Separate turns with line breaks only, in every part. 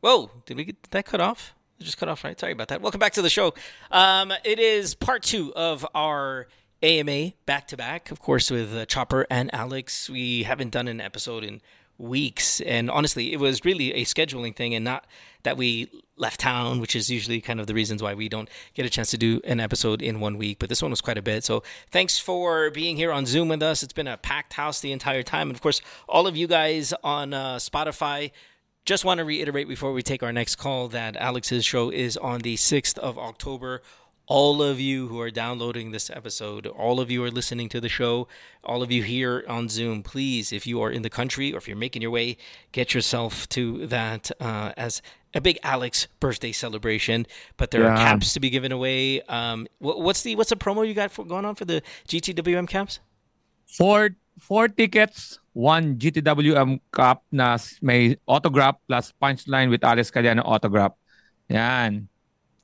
Whoa, did we get did that cut off? It just cut off, right? Sorry about that. Welcome back to the show. Um, it is part two of our AMA back to back, of course, with uh, Chopper and Alex. We haven't done an episode in weeks, and honestly, it was really a scheduling thing, and not that we left town, which is usually kind of the reasons why we don't get a chance to do an episode in one week. But this one was quite a bit. So thanks for being here on Zoom with us. It's been a packed house the entire time, and of course, all of you guys on uh, Spotify. Just want to reiterate before we take our next call that Alex's show is on the 6th of October. All of you who are downloading this episode, all of you who are listening to the show, all of you here on Zoom, please, if you are in the country or if you're making your way, get yourself to that uh, as a big Alex birthday celebration. But there are
Yeah.
caps to be given away. Um, wha- what's the what's the promo you got for, going on for the GTWM caps?
Four, four tickets, one GTWM Cup na s- may autograph plus punchline with Alex Caliano autograph. Yan.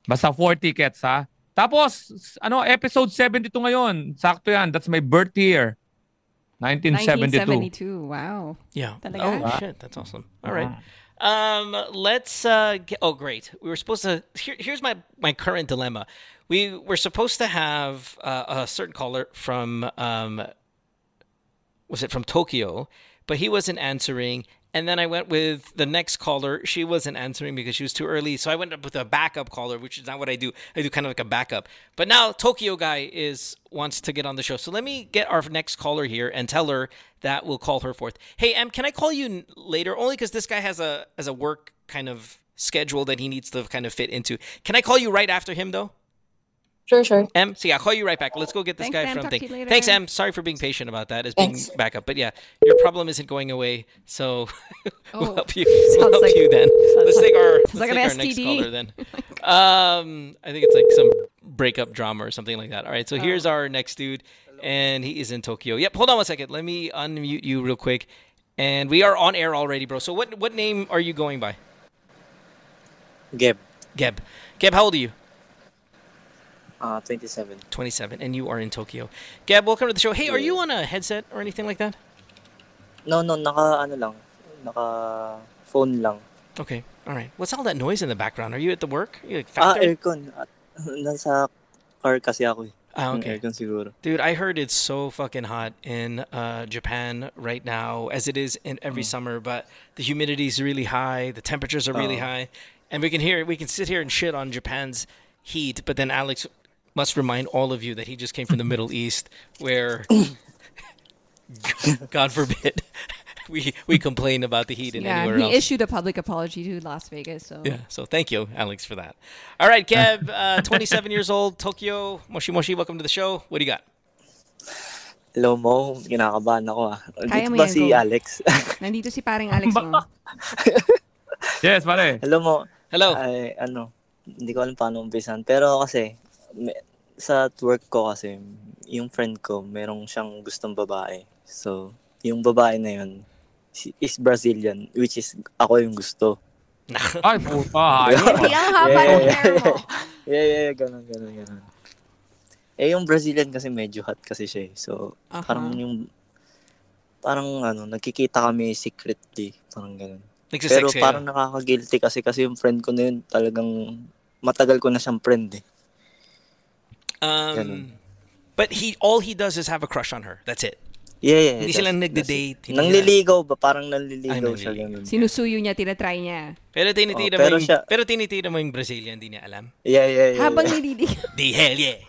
Basta four tickets ha. Tapos, s- ano, episode 72 ngayon. Sakto yan. That's my birth year. 1972.
1972. Wow.
Yeah.
Talaga?
Oh
Ah.
shit, that's awesome. All right. Um, let's uh get, oh great. We were supposed to here, here's my my current dilemma. We were supposed to have uh, a certain caller from um was it from Tokyo, but he wasn't answering and then I went with the next caller. She wasn't answering because she was too early. So I went up with a backup caller, which is not what I do. I do kind of like a backup. But now Tokyo guy is wants to get on the show. So let me get our next caller here and tell her that we'll call her forth. Hey, Em, can I call you n- later? Only because this guy has a as a work kind of schedule that he needs to kind of fit into. Can I call you right after him though?
Sure, sure.
Em, see, I'll call you right back. Let's go get this
Thanks,
guy
Em.
from
Talk
thing.
to you later.
Thanks, Em. Sorry for being patient about that. It's being
Thanks.
back up, but yeah, your problem isn't going away, so we'll
Oh,
help you. We'll
sounds
help
like-
you then.
sounds
Let's take our,
like-
let's
sounds like
take
an
our next
STD.
caller then.
Oh
Um, I think it's like some breakup drama or something like that. All
Oh.
right, so here's our next dude, and he is in Tokyo. Yep, hold on one second. Let me unmute you real quick, and we are on air already, bro. So what what name are you going by?
Geb,
Geb. Geb, how old are you?
uh, 27.
27, and you are in Tokyo. Gab, welcome to the show. Hey, are you on a headset or anything like that?
No, no, naka ano lang. Naka phone lang.
Okay, all right. What's all that noise in the background? Are you at the work? you
Uh,
like
Ah,
factory?
aircon. At, nasa car kasi ako eh.
Ah,
Yung
okay.
Aircon siguro.
Dude, I heard it's so fucking hot in uh, Japan right now, as it is in
Mm.
every summer, but the humidity is really high, the temperatures are really
Oh.
high, and we can hear, we can sit here and shit on Japan's heat, but then Alex must remind all of you that he just came from the Middle East, where, God forbid, we, we complain about the heat in
Yeah,
anywhere
he
else.
issued a public apology to Las Vegas. So
Yeah. So thank you, Alex, for that. All right, Kev, uh, 27 years old, Tokyo. Moshi Moshi, welcome to the show. What do you got?
Hello mo, kinakabahan ako ah.
Kaya
Dito
mo
ba
yan,
si
go.
Alex?
nandito si paring Alex mo.
Yes, pare.
Hello mo,
Hello.
ay, ano, hindi ko alam paano umpisan. Pero kasi, me- sa work ko kasi, yung friend ko, merong siyang gustong babae. So, yung babae na yun, si- is Brazilian, which is ako yung gusto.
Ay, puta. Ayun.
Hindi ang haba ng
Yeah.
hair mo.
Yeah, yeah, yeah, ganun, ganun, ganun. Eh, yung Brazilian kasi medyo hot kasi siya eh. So,
Aha.
parang yung, parang ano, nagkikita kami secretly. Parang ganun. Pero
Nagsisex kayo.
parang nakaka-guilty kasi kasi yung friend ko na yun talagang matagal ko na siyang friend eh.
um,
ganun.
but he all he does is have a crush on her. That's it.
Yeah, yeah.
Hindi
that's-
sila
that's
nagde-date,
it.
hindi
Nangliligaw ba? Parang
Ay,
nanliligaw siya
nanliligaw.
ganun.
Sinusuyo niya, tinatry niya.
Pero tinitira
Oh,
mo
pero
yung,
siya-
pero tinitira mo yung Brazilian, hindi niya alam.
Yeah, yeah, yeah.
Habang
yeah.
nilidi.
Di hell yeah.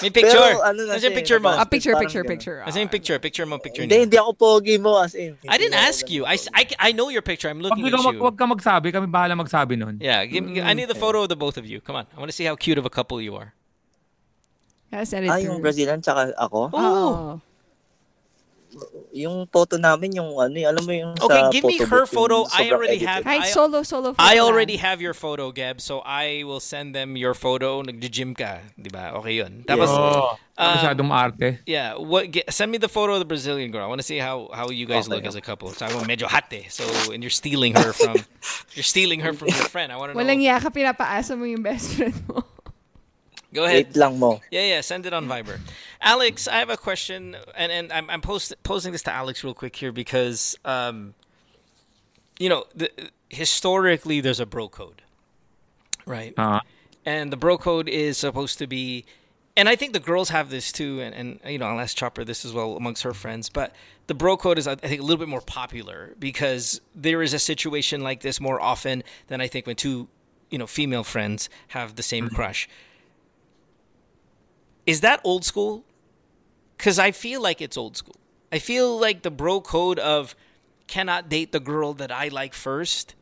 May picture.
Pero ano
Nasaan
na
yung
siya eh,
picture mo?
A
nabas-
Ah, picture,
Parang
picture,
ganun.
picture.
Nasaan yung picture? Picture mo, picture
Hindi,
niya.
hindi ako pogi mo as in.
I didn't
Hindi ako
ask
ganun
you. I,
pogi.
s- I, I know your picture. I'm
Huwag
looking at
ikaw mag-
you.
huwag ka magsabi. Kami bahala magsabi nun.
Yeah, give, me I
Mm,
need the photo of the both of you. Come on. I want to see how cute of a couple you are.
Ah, send it
Ah, yung
through.
Brazilian tsaka ako?
Oo.
Yung photo namin, yung ano, eh, alam mo yung
Okay,
sa
give me
photo
her
book, yung
photo. I
sobrang
already
edited.
have-
Kahit
I-
solo, solo. photo
I
lang.
already have your photo, Gab, so I will send them your photo. Nag-gym ka, di ba? Okay yun. Tapos, Um,
Oo. Oh, Masyadong maarte.
yeah, what, get, send me the photo of the Brazilian girl. I want to see how, how you guys
Okay.
look as a couple. So, I'm medyo hate. So, and you're stealing her from, you're stealing her from your friend. I want to
Walang
know.
yaka, pinapaasa mo yung best friend mo.
Go
Wait
ahead.
lang mo.
Yeah, yeah, send it on Viber. Alex, I have a question, and, and I'm, I'm post- posing this to Alex real quick here because um, you know, the, historically there's a bro code, right?
Ah.
and the bro code is supposed to be and i think the girls have this too and, and you know i'll ask chopper this as well amongst her friends but the bro code is i think a little bit more popular because there is a situation like this more often than i think when two you know female friends have the same crush is that old school because i feel like it's old school i feel like the bro code of cannot date the girl that i like first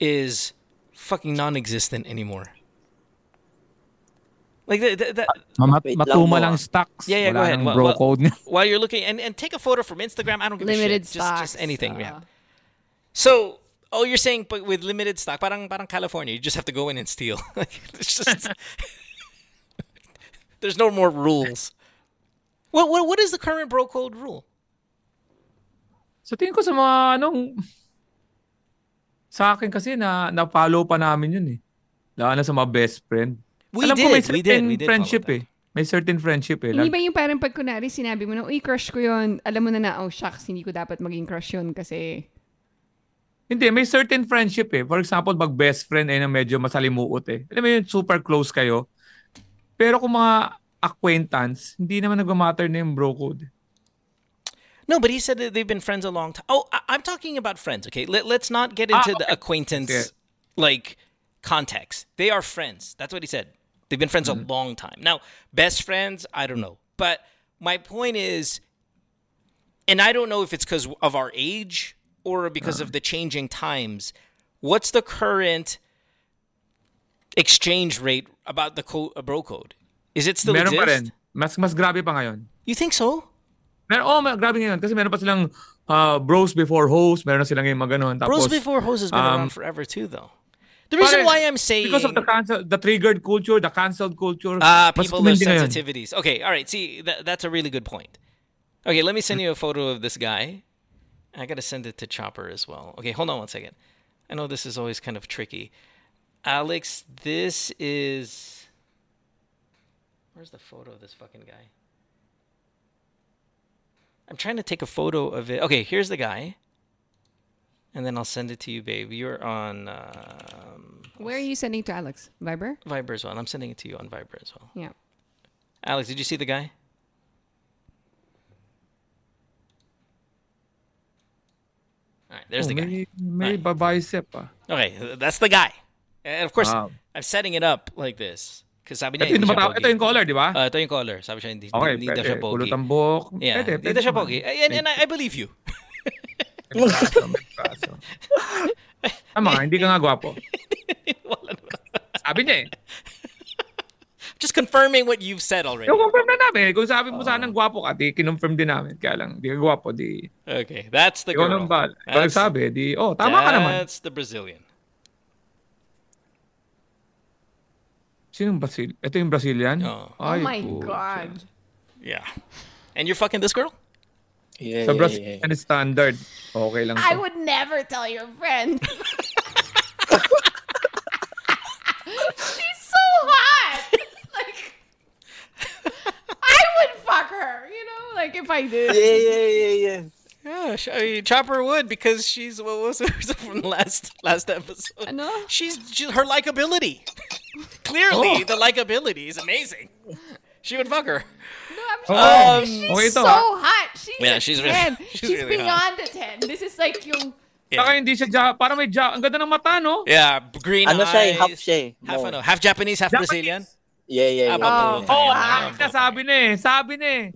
is fucking non-existent anymore like th- th- that,
Mamat,
Wait lang
matuma
mo,
lang
ah.
stocks.
Yeah, yeah,
Wala
go ahead.
nang
Well,
bro
well-
code.
while you're looking and, and take a photo from Instagram. I don't give a
Limited
shit. Just,
stocks,
just anything. yeah.
uh.
So, oh, you're saying but with limited stock, parang parang California, you just have to go in and steal. Like, it's just- there's no more rules. What what what is the current bro code rule?
So tingin ko sa mga anong sa akin kasi na na-follow pa namin yun eh. Lalo na sa mga best friend.
We
Alam
did,
ko may
we
certain
did, we did
friendship
follow
eh. May certain friendship eh.
Hindi
Lalo-
ba yung parang pag kunwari sinabi mo na, uy, crush ko yun, alam mo na na, oh, shucks, hindi ko dapat maging crush yun kasi
Hindi, may certain friendship eh. For example, pag best friend ay na medyo masalimuot eh. Alam mo yun, super close kayo. Pero kung mga acquaintance, hindi naman nagmamatter na yung bro code.
No, but he said that they've been friends a long time. Oh, I- I'm talking about friends. Okay, Let- let's not get into the acquaintance
Ah, Okay.
like context. They are friends. That's what he said. They've been friends
Mm-hmm.
a long time. Now, best friends, I don't know. But my point is, and I don't know if it's because of our age or because
Uh-huh.
of the changing times. What's the current exchange rate about the co- uh, bro code? Is it still
meron
exist?
pa rin. Mas, mas grabe pa ngayon.
You think so?
Meron, oh, ma- grabe ngayon. Kasi meron pa silang ah, bros before hoes. Meron na silang yung mga ganun. Tapos,
Bros before hoes has been around
um,
forever too, though. The reason
Pare,
why I'm saying
because of the cancel, the triggered culture, the canceled culture.
ah
mas
people their
tumindi ngayon.
sensitivities. Okay, all right. See, that, that's a really good point. Okay, let me send you a photo of this guy. I gotta send it to Chopper as well. Okay, hold on one second. I know this is always kind of tricky. Alex, this is. Where's the photo of this fucking guy? I'm trying to take a photo of it. Okay, here's the guy. And then I'll send it to you, babe. You're on um,
Where are you sending to Alex? Viber?
Viber as well. And I'm sending it to you on Viber as well.
Yeah.
Alex, did you see the guy? All right,
Oh,
Eh, there's the guy.
May, may babicep ah.
Okay, that's the guy. And of course,
Wow.
I'm setting it up like this. Because sabi
Ito
niya,
yung,
hindi siya
tumata-
pogi.
ito yung color, di ba?
Ah, ito yung color. Sabi siya, hindi,
okay,
hindi
pwede.
daw siya pogi.
Pulot ang buhok.
Yeah,
Pwede,
hindi
pwede
daw siya
naman.
pogi. And, and I I believe you.
May braso, may braso. Tama ka, hindi ka nga gwapo.
Wala naman.
Sabi niya eh.
Just confirming what you've said already.
Yung confirm na namin. Kung
Ah.
sabi mo sanang gwapo ka, di kinonfirm din namin. Kaya lang, di ka gwapo, di...
Okay, that's the
Ikaw
girl.
nang bal. Pag
That's,
sabi, di, oh, tama ka naman.
That's the Brazilian.
Sino yung Brazil? Ito yung Brazilian?
Oo.
oh
Ay,
my
puta.
God.
Yeah. And you're fucking this girl?
Yeah,
Sa
yeah, yeah,
Brazilian standard, okay lang.
I
to.
would never tell your friend. She's so hot. Like, I would fuck her, you know? Like, if I did.
yeah, yeah, yeah, yeah.
Yeah, sh- I mean, Chopper would because she's what was it from last last episode.
Ano?
She's she, her likability. Clearly, the likability is amazing. She would fuck her.
No, I'm
Oo.
Um,
she's
okay ito,
so
ah.
hot. She's
Yeah,
a
she's
10.
really- she's
she's
really
beyond a 10. This is like yung...
Saka hindi siya Java. Parang may Java. Ang ganda ng mata, no?
Yeah, green
Ano
eyes.
siya eh, half siya eh.
half
More.
ano, half Japanese, half
Japanese.
Brazilian.
Yeah,
Ah,
yeah, yeah. yeah.
oh,
Oo, oh,
Yeah.
hangit na. Sabi na eh. Sabi na eh.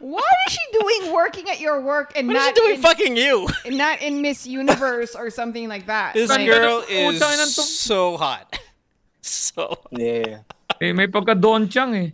What is she doing working at your work and
What is she
not
doing
in,
fucking you?
not in Miss Universe or something like that?
This
Like,
girl
Utang
is
ng tum-
so hot. So
Yeah.
eh may pagka Don Chang eh.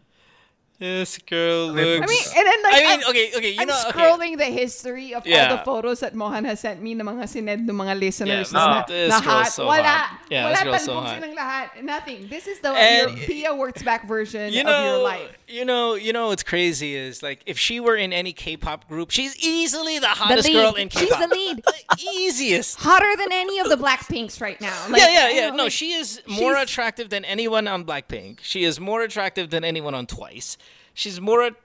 this girl
mean-
looks.
I mean, and then like
I mean,
I'm-
okay, okay, you
I'm
know, okay.
scrolling the history of all
Yeah.
the photos that Mohan has sent me ng mga sined ng mga listeners
Yeah, no,
na,
this
na
girl's
hot.
so
wala,
hot. Yeah,
wala
this girl's so
talbog
hot.
silang lahat. Nothing. This is the E
And-
your Pia Wurtzbach version
you
of
know,
your life.
You know, you know what's crazy is like if she were in any K-pop group, she's easily the hottest girl in K-pop.
lead.
The easiest.
Hotter than any of the Blackpinks right now. Like,
yeah,
you
yeah, yeah.
know,
No,
like,
she is more
she's-
attractive than anyone on Blackpink. She is more attractive than anyone on Twice. She's more at-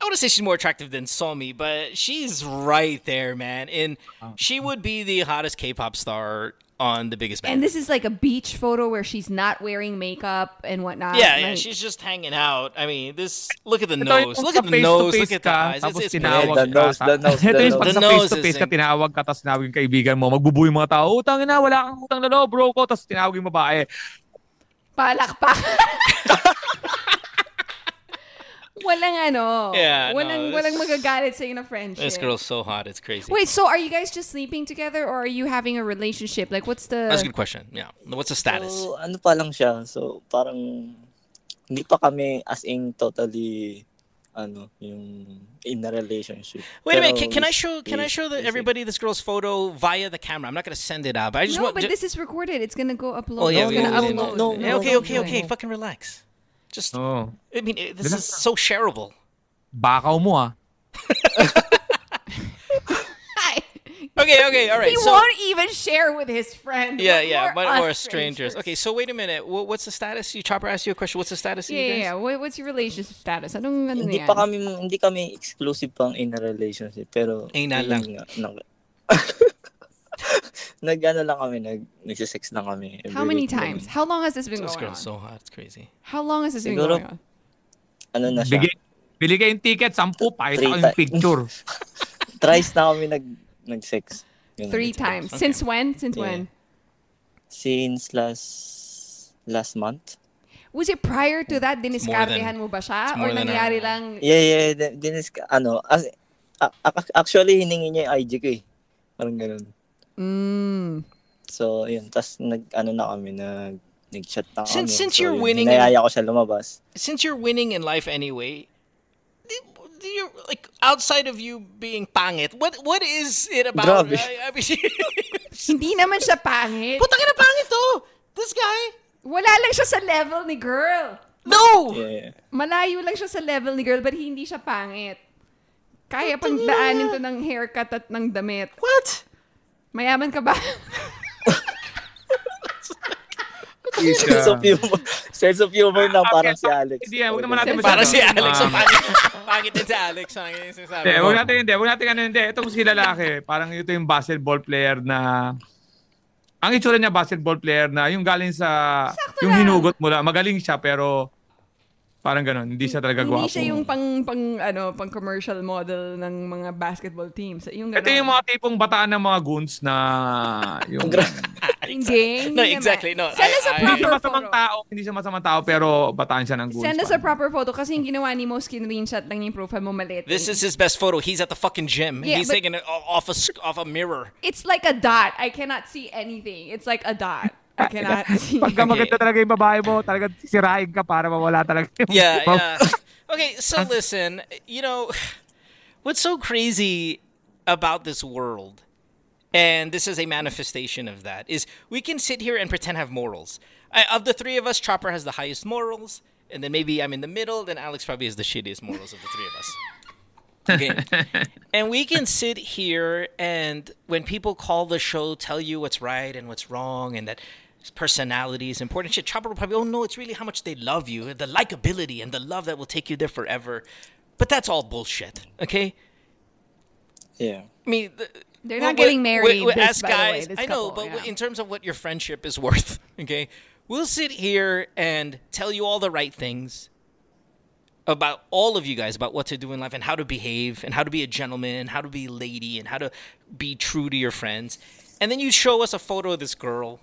I want to say she's more attractive than Somi, but she's right there, man. And she would be the hottest K-pop star on the biggest man.
And this is like a beach photo where she's not wearing makeup and whatnot.
yeah, yeah,
like-
she's just hanging out. I mean, this look at the
Ito yung
nose. Look at the
face to
nose. Look
face
at the
ka,
eyes.
Tapos
It's, it's
tinawag
bad.
The nose,
ka.
the nose,
Ito
the
yung pag
nose. The
sa face to
nose
face
is
ka,
in-
tinawag ka, tapos sinabi yung kaibigan mo, magbubuhay yung mga tao, utang na, wala kang utang na loob, bro ko. Tapos tinawag yung babae.
Palakpak. walang ano.
Yeah, no,
walang,
this-
walang magagalit sa'yo na friendship.
This girl's so hot. It's crazy.
Wait, so are you guys just sleeping together or are you having a relationship? Like, what's the...
That's a good question. Yeah. What's the status?
So, ano pa lang siya. So, parang hindi pa kami as in totally ano, yung in a relationship.
Wait a
Pero
minute. Can, can I show? Can I
is-
show the,
is-
everybody this girl's photo via the camera? I'm not gonna send it out. But I just
No,
want.
but
ju-
this is recorded. It's gonna go upload.
oh yeah,
it's
we-
gonna
we didn't-
upload.
No,
Yeah,
no,
okay,
no,
okay,
no,
okay.
no.
Fucking relax. Just.
Oh.
I mean, it- this
Relax.
is so shareable.
Bakaw mo ah.
Hi.
Okay, okay, all right.
He
so,
won't even share with his friend.
yeah,
We're
yeah, but
us
more strangers. Okay, so wait a minute. Wha- What's the status? You chopper asked you a question. What's the status? of
Yeah,
you
yeah,
guys?
yeah. What- What's your relationship status? Anong ano
Hindi
yan?
pa kami hindi kami exclusive pang in a relationship pero
Anal
yun
lang.
nga, nag- Nag-ano lang kami, nag nagse-sex lang kami. every
How many
week lang.
times? How long has this been
This
going on?
girl's so hot. It's crazy.
How long has this been
Siguro-
going on?
Ano na siya?
Bigay, bili ka yung ticket, sampu, pakita
Three
ko yung
ti-
picture.
Thrice na kami nag nag-sex. Ganun.
Three times. Since when? Since
Yeah.
when?
Since last last month.
Was it prior to that? Diniskartehan
than-
mo ba siya?
it's
Or
more than a-
nangyari lang?
Yeah, yeah, di- dinis ano, as, a- a- actually hiningi niya yung IG ko eh. Parang ganun.
Mm.
So, yun, tas nag ano na kami nag nag-chat na kami.
Since- since
So,
you're
yun,
winning-
Hinayaya ko siya lumabas.
Since you're winning in life anyway, di- di- you're like outside of you being pangit. What what is it about?
Grabe.
I, I mean,
Hindi naman siya pangit. oh!
putang ina pangit to. This guy.
Wala lang siya sa level ni girl.
No.
Yeah, yeah.
Malayo lang siya sa level ni girl but hindi siya pangit. Kaya pang daanin to ng haircut at ng damit.
What?
Mayaman ka ba?
sense of humor. sense of humor na parang si Alex.
Hindi, ah, huwag naman natin
Para si
masyadong-
Alex.
Ah.
ang pangit, pangit din si Alex. Ang yung sinasabi
Hindi,
mo.
huwag natin hindi. Huwag natin ano hindi. Ito kasi lalaki. Parang ito yung basketball player na... Ang itsura niya basketball player na yung galing sa... yung
lang.
hinugot mo lang. Magaling siya pero... Parang ganun. Hindi siya talaga
hindi
gwapo.
siya yung pang pang ano, pang commercial model ng mga basketball teams. Yung
Ito yung mga tipong bataan ng mga goons na... Yung,
Hindi, hindi
No,
naman.
exactly. No,
Send us a
hindi
I,
siya
proper
masamang
photo.
tao. Hindi siya masamang tao pero bataan siya ng goons.
Send us a proper photo kasi yung ginawa ni Mo screenshot lang yung profile mo maliit.
this
eh.
is his best photo. He's at the fucking gym.
Yeah,
He's
but-
taking it o- off a sc- off a mirror.
It's like a dot. I cannot see anything. It's like a dot. I cannot see.
Pagka
Okay.
maganda talaga yung babae mo, talaga sisirain ka para mawala talaga yung...
Yeah, yeah. Okay, so listen, you know, what's so crazy about this world, and this is a manifestation of that, is we can sit here and pretend have morals. I, of the three of us, Chopper has the highest morals, and then maybe I'm in the middle, then Alex probably has the shittiest morals of the three of us. Okay. and we can sit here and when people call the show, tell you what's right and what's wrong, and that personality is important. Shit, Chopper will probably, oh no, it's really how much they love you, the likability and the love that will take you there forever. But that's all bullshit. Okay.
Yeah.
I mean, the,
They're not getting married, this-
as
by the way,
guys,
this
I know,
couple,
but
yeah.
in terms of what your friendship is worth, okay, we'll sit here and tell you all the right things about all of you guys about what to do in life and how to behave and how to be a gentleman and how to be a lady and how to be true to your friends, and then you show us a photo of this girl.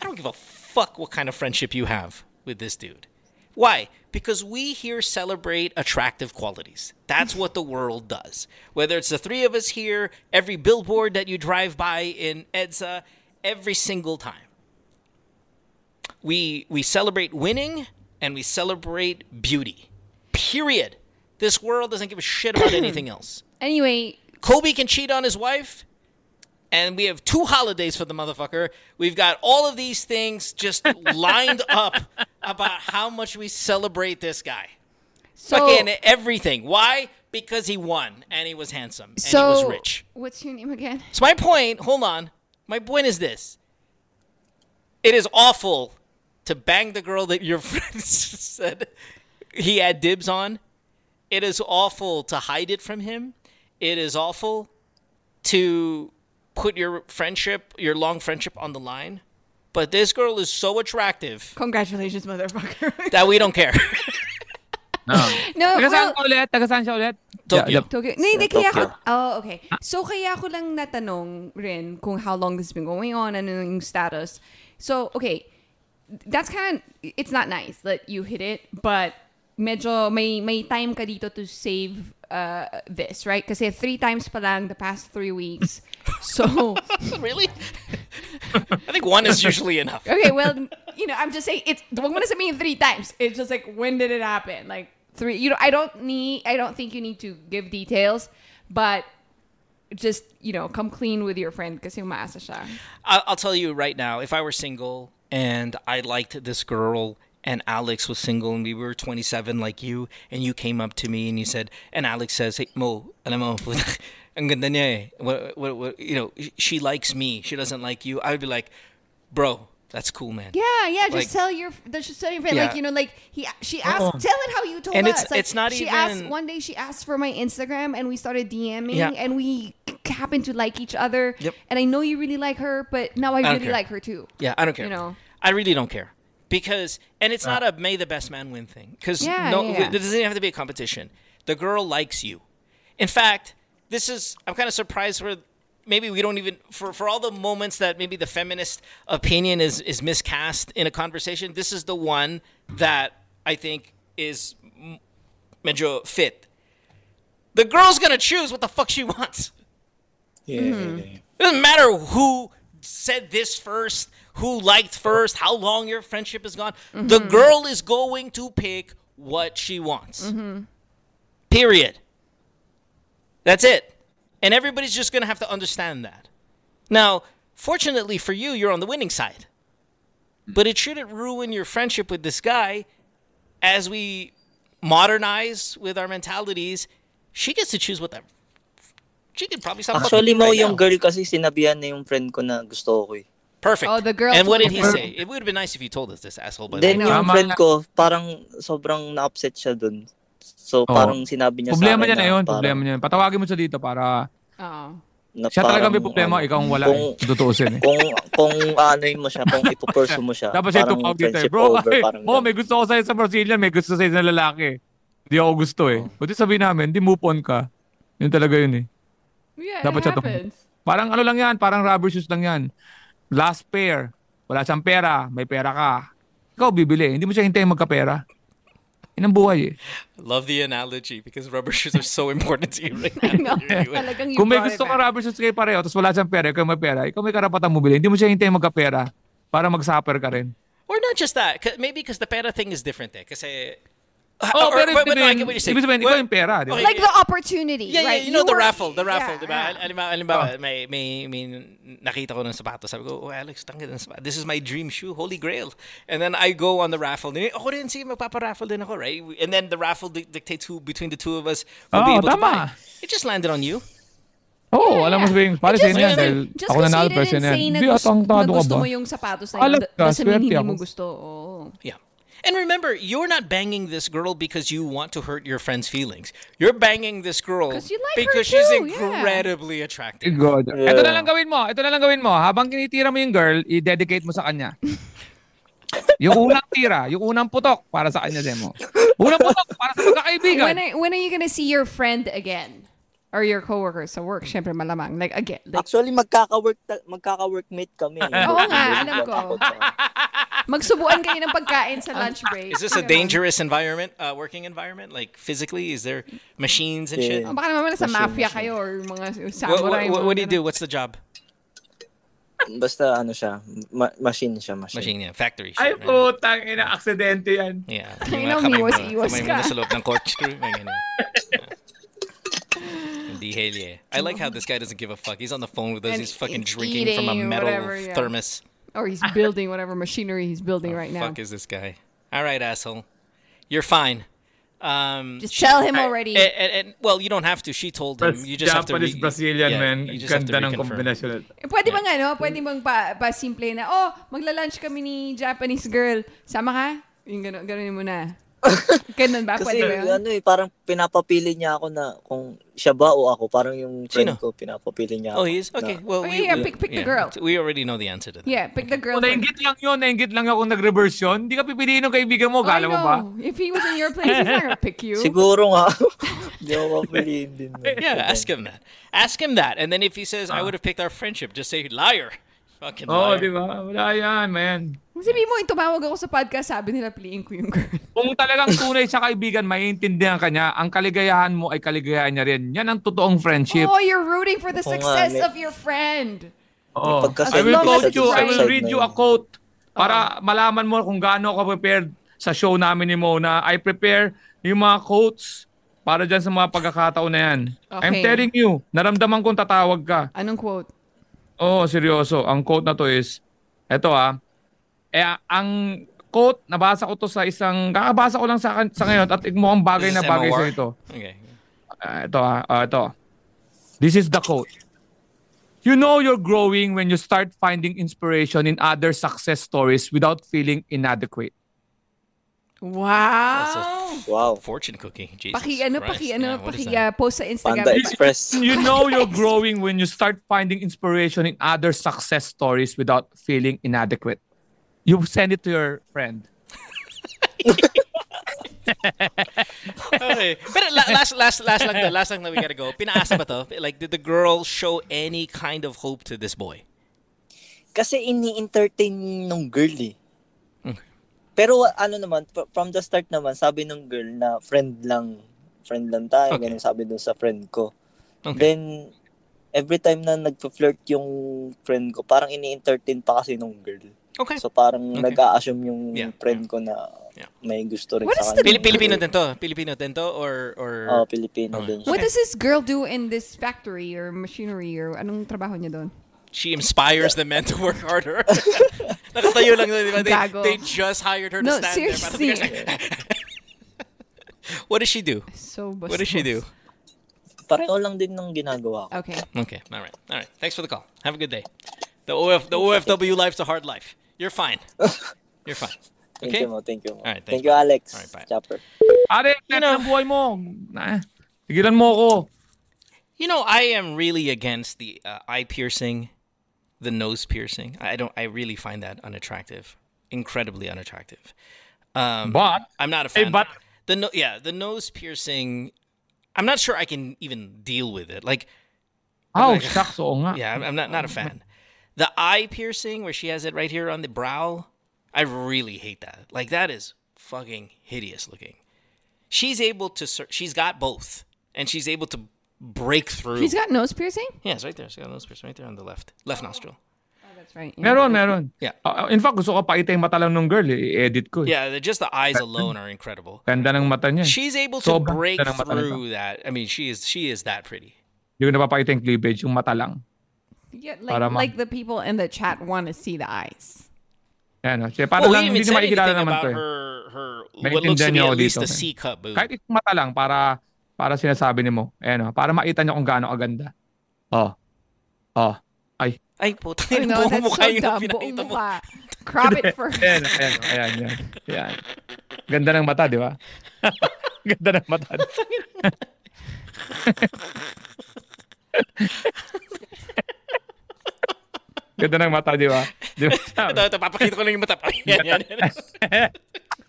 I don't give a fuck what kind of friendship you have with this dude. Why? Because we here celebrate attractive qualities. That's what the world does. Whether it's the three of us here, every billboard that you drive by in EDSA, every single time. We we celebrate winning and we celebrate beauty. Period. This world doesn't give a shit about anything else.
Anyway,
Kobe can cheat on his wife, and we have two holidays for the motherfucker. We've got all of these things just lined up about how much we celebrate this guy.
so
Fucking everything. Why? Because he won and he was handsome and
so
he was rich.
what's your name again?
So my point, hold on. My point is this. It is awful to bang the girl that your friend said he had dibs on it is awful to hide it from him. It is awful to put your friendship, your long friendship on the line. But this girl is so attractive
Congratulations, motherfucker.
that we don't care.
No.
No,
Taga saan
well,
ka ulit? Taga saan siya ulit?
Tokyo.
Tokyo. No, hindi,
Tokyo.
kaya ko, oh, okay. So, kaya ko lang natanong rin kung how long this has been going on, ano yung status. So, okay, that's kind of, it's not nice that you hit it, but medyo may, may time ka dito to save uh, this, right? Kasi three times pa lang the past three weeks. So,
really? I think one is usually enough.
okay, well, you know, I'm just saying, it's, huwag mo na sabihin three times. It's just like, when did it happen? Like, three, you know, I don't need, I don't think you need to give details, but just, you know, come clean with your friend kasi umaasa siya.
I- I'll tell you right now, if I were single and I liked this girl and Alex was single and we were 27 like you, and you came up to me and you said, and Alex says, hey, Mo, alam mo, ang ganda niya eh. What, what, what, you know, sh- she likes me. She doesn't like you. I would be like, bro, that's cool, man.
Yeah, yeah,
Like-
just tell your, just tell your friend,
Yeah.
like, you know, like, he, she asked, tell it how you told
And
us.
it's-
like,
it's not
she
even-
Asked, one day she asked for my Instagram and we started DMing
Yeah.
and we happened to like each other.
Yep.
And I know you really like her, but now I,
don't
really
care.
like her too.
Yeah, I don't care.
You know.
I really don't care because, and it's not a may the best man win thing because
Yeah,
no,
yeah, yeah.
it doesn't even have to be a competition. The girl likes you. In fact, this is I'm kind of surprised where maybe we don't even for for all the moments that maybe the feminist opinion is is miscast in a conversation. This is the one that I think is m- medyo fit. The girl's gonna choose what the fuck she wants.
Yeah.
It doesn't matter who said this first, who liked first, how long your friendship is gone. The girl is going to pick what she wants. Period. That's it. And everybody's just going to have to understand that. Now, fortunately for you, you're on the winning side. But it shouldn't ruin your friendship with this guy as we modernize with our mentalities. She gets to choose what the. She could probably stop. fucking
Actually,
you
Uh, mo,
right now.
yung girl kasi sinabihan na yung friend ko na gusto ko eh.
Perfect.
Oh, the girl
And what
told
did he
her.
say? It would have been nice if you told us this asshole. But
Then
like,
Ano?
yung
Tama.
friend ko, parang sobrang na-upset siya dun. So,
Oo.
parang sinabi niya
Problema
sa akin
niya na yun.
parang-
Problema niya yun. Patawagin mo siya dito para...
Oo.
na
Siya talaga may
parang,
problema.
ano,
Ikaw ang wala.
Kung,
eh. Tutuusin eh.
kung, kung anoin mo siya, kung ipoperso mo siya,
Dapat siya
parang
tumawag dito eh.
friendship
Bro,
over,
ay,
parang
oh, may
ganun.
gusto ko sa'yo sa Brazilian. May gusto sa'yo sa lalaki. Hindi ako gusto
Oh.
eh. Pwede sabihin namin, di move on ka. Yun talaga yun eh.
Yeah,
Dapat siya
it
tum-
happens.
Parang ano lang yan, parang rubber shoes lang yan. Last pair. Wala siyang pera, may pera ka. Ikaw bibili, hindi mo siya hintayin magkapera. Yan ang buhay eh.
love the analogy because rubber shoes are so important to you right now. Anyway,
Talagang you
Kung may
brought it
gusto
back.
ka rubber shoes kayo pareho, tapos wala siyang pera, ikaw may pera, ikaw may karapatan mo bilhin. Hindi mo siya hintayin magkapera para mag-suffer ka rin.
or not just that. 'cause- Maybe because the pera thing is different there. uh, Because Ah,
Oh, pero
but, but no, I
ibig
get what you're saying.
sabihin, ikaw
Well,
yung pera. Di ba?
okay.
like the opportunity,
Yeah,
right?
yeah, you know the
were-
raffle, the raffle,
yeah,
di ba?
yeah.
Alimbawa, alimbawa, may, may, may nakita ko ng sapatos. Sabi ko, oh, Alex, tangin ng sapatos. This is my dream shoe, holy grail. And then I go on the raffle. Din, ako rin, sige, magpaparaffle din ako, right? And then the raffle dic- dictates who, between the two of us, will be
Oh,
able to buy.
tama.
It just landed on you.
Oo, oh, alam mo
Yeah.
sabihin, pare
Just
sa inyo yan
because-
dahil
just
ako
because
nanalo
you
pero sa inyo
didn't
yan.
say na
Hindi,
gusto-
atangtado
na
ka
gusto
ba?
mo yung sapatos na
Alam
yun.
ka,
Doesn't mean
swerte
hindi
ako.
mo gusto. Oo.
Yeah. And remember, you're not banging this girl because you want to hurt your friend's feelings. You're banging this girl
'Cause you like her
because she's
too, yeah.
incredibly
Ay,
attractive.
God.
Yeah.
Ito na lang gawin mo. Ito na lang gawin mo. Habang kinitira mo yung girl, i-dedicate mo sa kanya. yung unang tira, yung unang putok para sa kanya din mo. Unang putok para sa magkakaibigan.
When are, when are you gonna see your friend again? Or your coworkers sa work, syempre malamang. Like, again. Like,
Actually, magkaka-work, ta- magkaka-workmate kami. eh.
Oo nga, alam ko. magsubuan kayo ng pagkain sa lunch break.
Is this a
Ganun.
dangerous environment, uh, working environment? Like physically, is there machines and shit?
Oh,
Yeah.
baka naman sa
Machine,
mafia
machine.
kayo or mga
What,
samurai.
what, what, what do you
mga ganun.
do? What's the job?
Basta ano siya, ma- machine siya, machine.
Machine, yeah, factory. Shit,
Ay,
right?
putang ina, aksidente yan.
Yeah.
Ay, no,
uh,
umiwas-iwas
Kamay mo na sa loob ng corkscrew. may ganun. Yeah. Hindi helye. I like how this guy doesn't give a fuck. He's on the phone with us.
And
He's fucking
he's
drinking from a
eating,
metal
whatever, yeah.
thermos.
Or he's building whatever machinery he's building right now.
Oh, Fuck is this guy? All right, asshole. You're fine. Um,
Just tell him already.
And, and- and- well, you don't have to. She told him. You just have to. re- yeah, you just have to reconfirm.
Eh, Pwede bang ano, pwede bang pa, pa simple na, oh, magla-lunch kami ni Japanese girl. Sama ka? Yung gano'n, gano'n mo na. Ganun ba?
Kasi
Pwede ba yun?
ano eh, parang pinapapili niya ako na kung siya ba o ako. Parang yung
Sino?
friend ko, pinapapili niya ako.
Oh, he is? Okay.
Na,
Well,
Oh,
we,
yeah,
we-
pick- pick
yeah.
the girl.
We already know the answer to that.
Yeah, pick the
Oh,
girl.
nainggit lang yun. Nainggit lang ako nag-reverse yun. Hindi ka pipiliin ng kaibigan
Oh,
mo. Gala mo ba?
If he was in your place, he's not gonna pick you.
siguro nga. Hindi ako mapiliin din.
Yeah, ask him that. Ask him that. And then if he says, I would have picked our friendship, just say, liar. Fucking
Oo, oh,
liar.
di ba? Wala yan, man.
Sabi mo, yung tumawag ako sa podcast, sabi nila, piliin ko yung girl.
Kung talagang tunay sa kaibigan, maiintindihan ka niya. Ang kaligayahan mo ay kaligayahan niya rin. Yan ang totoong friendship.
Oh, you're rooting for the
Oo nga,
success
may-
of your friend.
Oo.
Pagka-
I will
As long
quote
as
you. I will
it's
read
right.
you a quote para malaman mo kung gaano ka prepared sa show namin ni Mona. I prepare yung mga quotes para dyan sa mga pagkakataon na yan. I'm
Okay.
telling you, naramdaman kong tatawag ka.
Anong quote?
Oo, seryoso. Ang quote na to is, eto ah, eh, ang quote, nabasa ko to sa isang, kakabasa ko lang sa, sa ngayon at mukhang bagay
Is
na
this
bagay
MOR?
sa ito.
Okay.
Ah, ito ah, ah, ito. This is the quote. You know you're growing when you start finding inspiration in other success stories without feeling inadequate.
Wow.
Wow.
Fortune cookie. Jesus
Oh. Paki ano,
Christ.
paki
Yeah,
ano,
what is
paki
that?
uh, post sa Instagram.
Panda Express.
You know you're growing when you start finding inspiration in other success stories without feeling inadequate. You send it to your friend.
okay. But la- last, last, last lang, to, last lang na we gotta go. Pinaasa ba to? Like, did the girl show any kind of hope to this boy?
Kasi ini-entertain nung girl eh.
Okay.
Pero ano naman, fr- from the start naman, sabi nung girl na friend lang, friend lang tayo,
Okay.
ganun sabi dun sa friend ko.
Okay.
Then, every time na nagpa-flirt yung friend ko, parang ini-entertain pa kasi nung girl.
Okay.
So parang
Okay.
nag-a-assume yung
Yeah,
friend ko na
Yeah.
may gusto rin
What is
sa
the-
Pili-
kanya.
Pilipino din to. Pilipino din to or or
Oh, Pilipino
Okay.
din siya.
What does this girl do in this factory or machinery or anong trabaho niya doon?
she inspires the men to work harder. Nakatayo lang doon, di ba?
Gago.
They, they just hired her to
No,
stand
seriously.
there. Parang- what does she do?
So
What does she do?
Pareho lang din nung ginagawa ko.
Okay.
Okay, all right, all right. Thanks for the call. Have a good day. The OF the OFW life's a hard life. You're fine. You're fine.
Thank
Okay.
you mo, thank you mo.
Alright, thanks,
thank you,
bye.
Alex.
Alright, bye.
Chopper.
Are, you
know-
ng buhay mo. Ah, tigilan mo ako.
You know, I am really against the uh, eye piercing, the nose piercing. I don't. I really find that unattractive, incredibly unattractive. Um,
But,
I'm not a
Hey,
fan.
but-
the no- yeah, the nose piercing. I'm not sure I can even deal with it. Like,
oh, shucks, oo nga.
yeah, I'm, I'm not not a fan. The eye piercing where she has it right here on the brow, I really hate that. Like that is fucking hideous looking. She's able to. Sur- she's got both, and she's able to break through.
She's got nose piercing?
yeah, it's right there. She's got a nose piercing right there on the left, left nostril.
That's right.
Meron, meron.
Yeah.
Ah, in fact, gusto ko paita yung mata lang ng girl. eh. I-edit ko. eh.
Yeah, the- just the eyes alone are incredible.
Ganda ng mata niya. eh.
She's able to
Sobrang
break
ganda ng mata nito.
through that. I mean, she is she is that pretty.
Hindi ko napapakita yung cleavage, yung mata lang.
Yeah,
Para
like,
ma-
like the people in the chat want to see the eyes.
Yan, oh. Siya, parang
Well, we
hindi
even
niya
said
makikilala
anything
naman
about
to. eh.
her, her
May
what looks to me
intindihan niyo
at
ako
least
dito,
the
man.
C cup boob.
Kahit yung mata lang para para sinasabi ni mo. Ayan, oh. para makita niya kung gaano kaganda. Oh. Oh. Ay.
Ay, puta.
Oh,
yun,
no,
buong
that's
mukha
so
yung
dumb. Oh Buong
pinakita mo.
mukha. Crop it first.
Ayan, oh, ayan, ayan, yan. Ayan. Ganda ng mata, di ba? Ganda ng mata. Ganda ng mata, di ba? Di ba?
Ito, ito, papakita ko lang yung mata. Yan, yan, yan.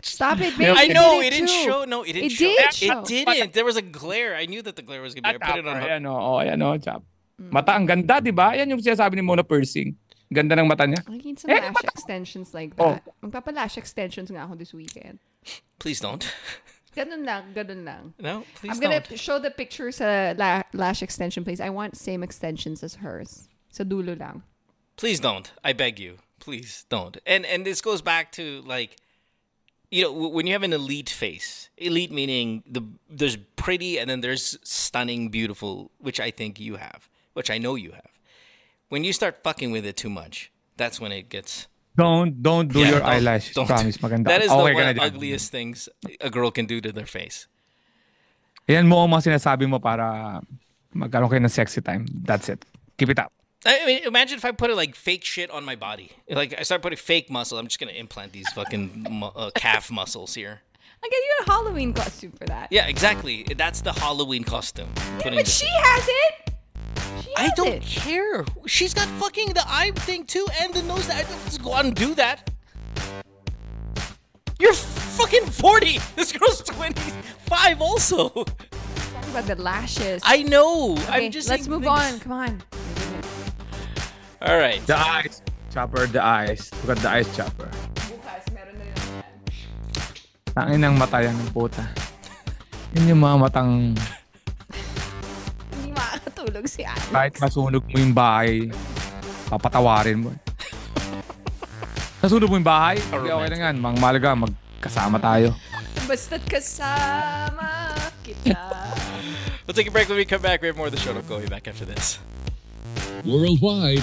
Stop it, baby.
I
You
know,
did
it didn't
too.
show. No, it didn't
It
show.
did show.
It didn't. There was a glare. I knew that the glare was going to be there. I put it on.
Ah, Ayan, oh, oh, ayan, oh, chap. Mata ang ganda, di ba? Ayan yung sinasabi ni Mona Persing. Ganda ng mata niya.
I need some
Eh,
lash extensions like
Oh.
that. Magpapalash extensions nga ako this weekend.
Please don't.
Ganun lang, ganun lang.
No, please
I'm gonna
don't.
show the picture sa la- lash extension place. I want same extensions as hers. Sa dulo lang.
please don't i beg you please don't and and this goes back to like you know w- when you have an elite face elite meaning the there's pretty and then there's stunning beautiful which i think you have which i know you have when you start fucking with it too much that's when it gets
Don't, don't do
Yeah,
your
don't-
eyelashes.
don't.
Promise, maganda.
that is Oh,
Okay
the one
ka na
of the
dyan.
ugliest things a girl can do to their face
Ayan mo ang mga sinasabi mo para magkaroon kayo ng sexy time. That's it. Keep it up.
I mean, imagine if I put like fake shit on my body. Like I start putting fake muscle. I'm just gonna implant these fucking mu- uh, calf muscles here.
I'll get you a Halloween costume for that.
Yeah, exactly. That's the Halloween costume. Putting
But
this-
she has it. She
I
has
don't
it.
care. She's got fucking the eye thing too and the nose. I don't just go out and do that. You're fucking 40. This girl's 25 also.
Talk about the lashes.
I know. I'm
Okay,
just
let's
saying
move
things.
on. Come on.
All right.
The eyes. Chopper, the eyes. Look at the eyes, Chopper. Tangin ng mata yan ng puta. Yun yung mga matang
Hindi makakatulog si Alex.
kahit masunog mo yung bahay, papatawarin mo. Nasunog mo yung bahay? Okay, okay lang yan. Mang malaga, magkasama tayo.
Basta't kasama kita.
We'll take a break when we come back. We have more of the show. Don't go way back after this.
Worldwide,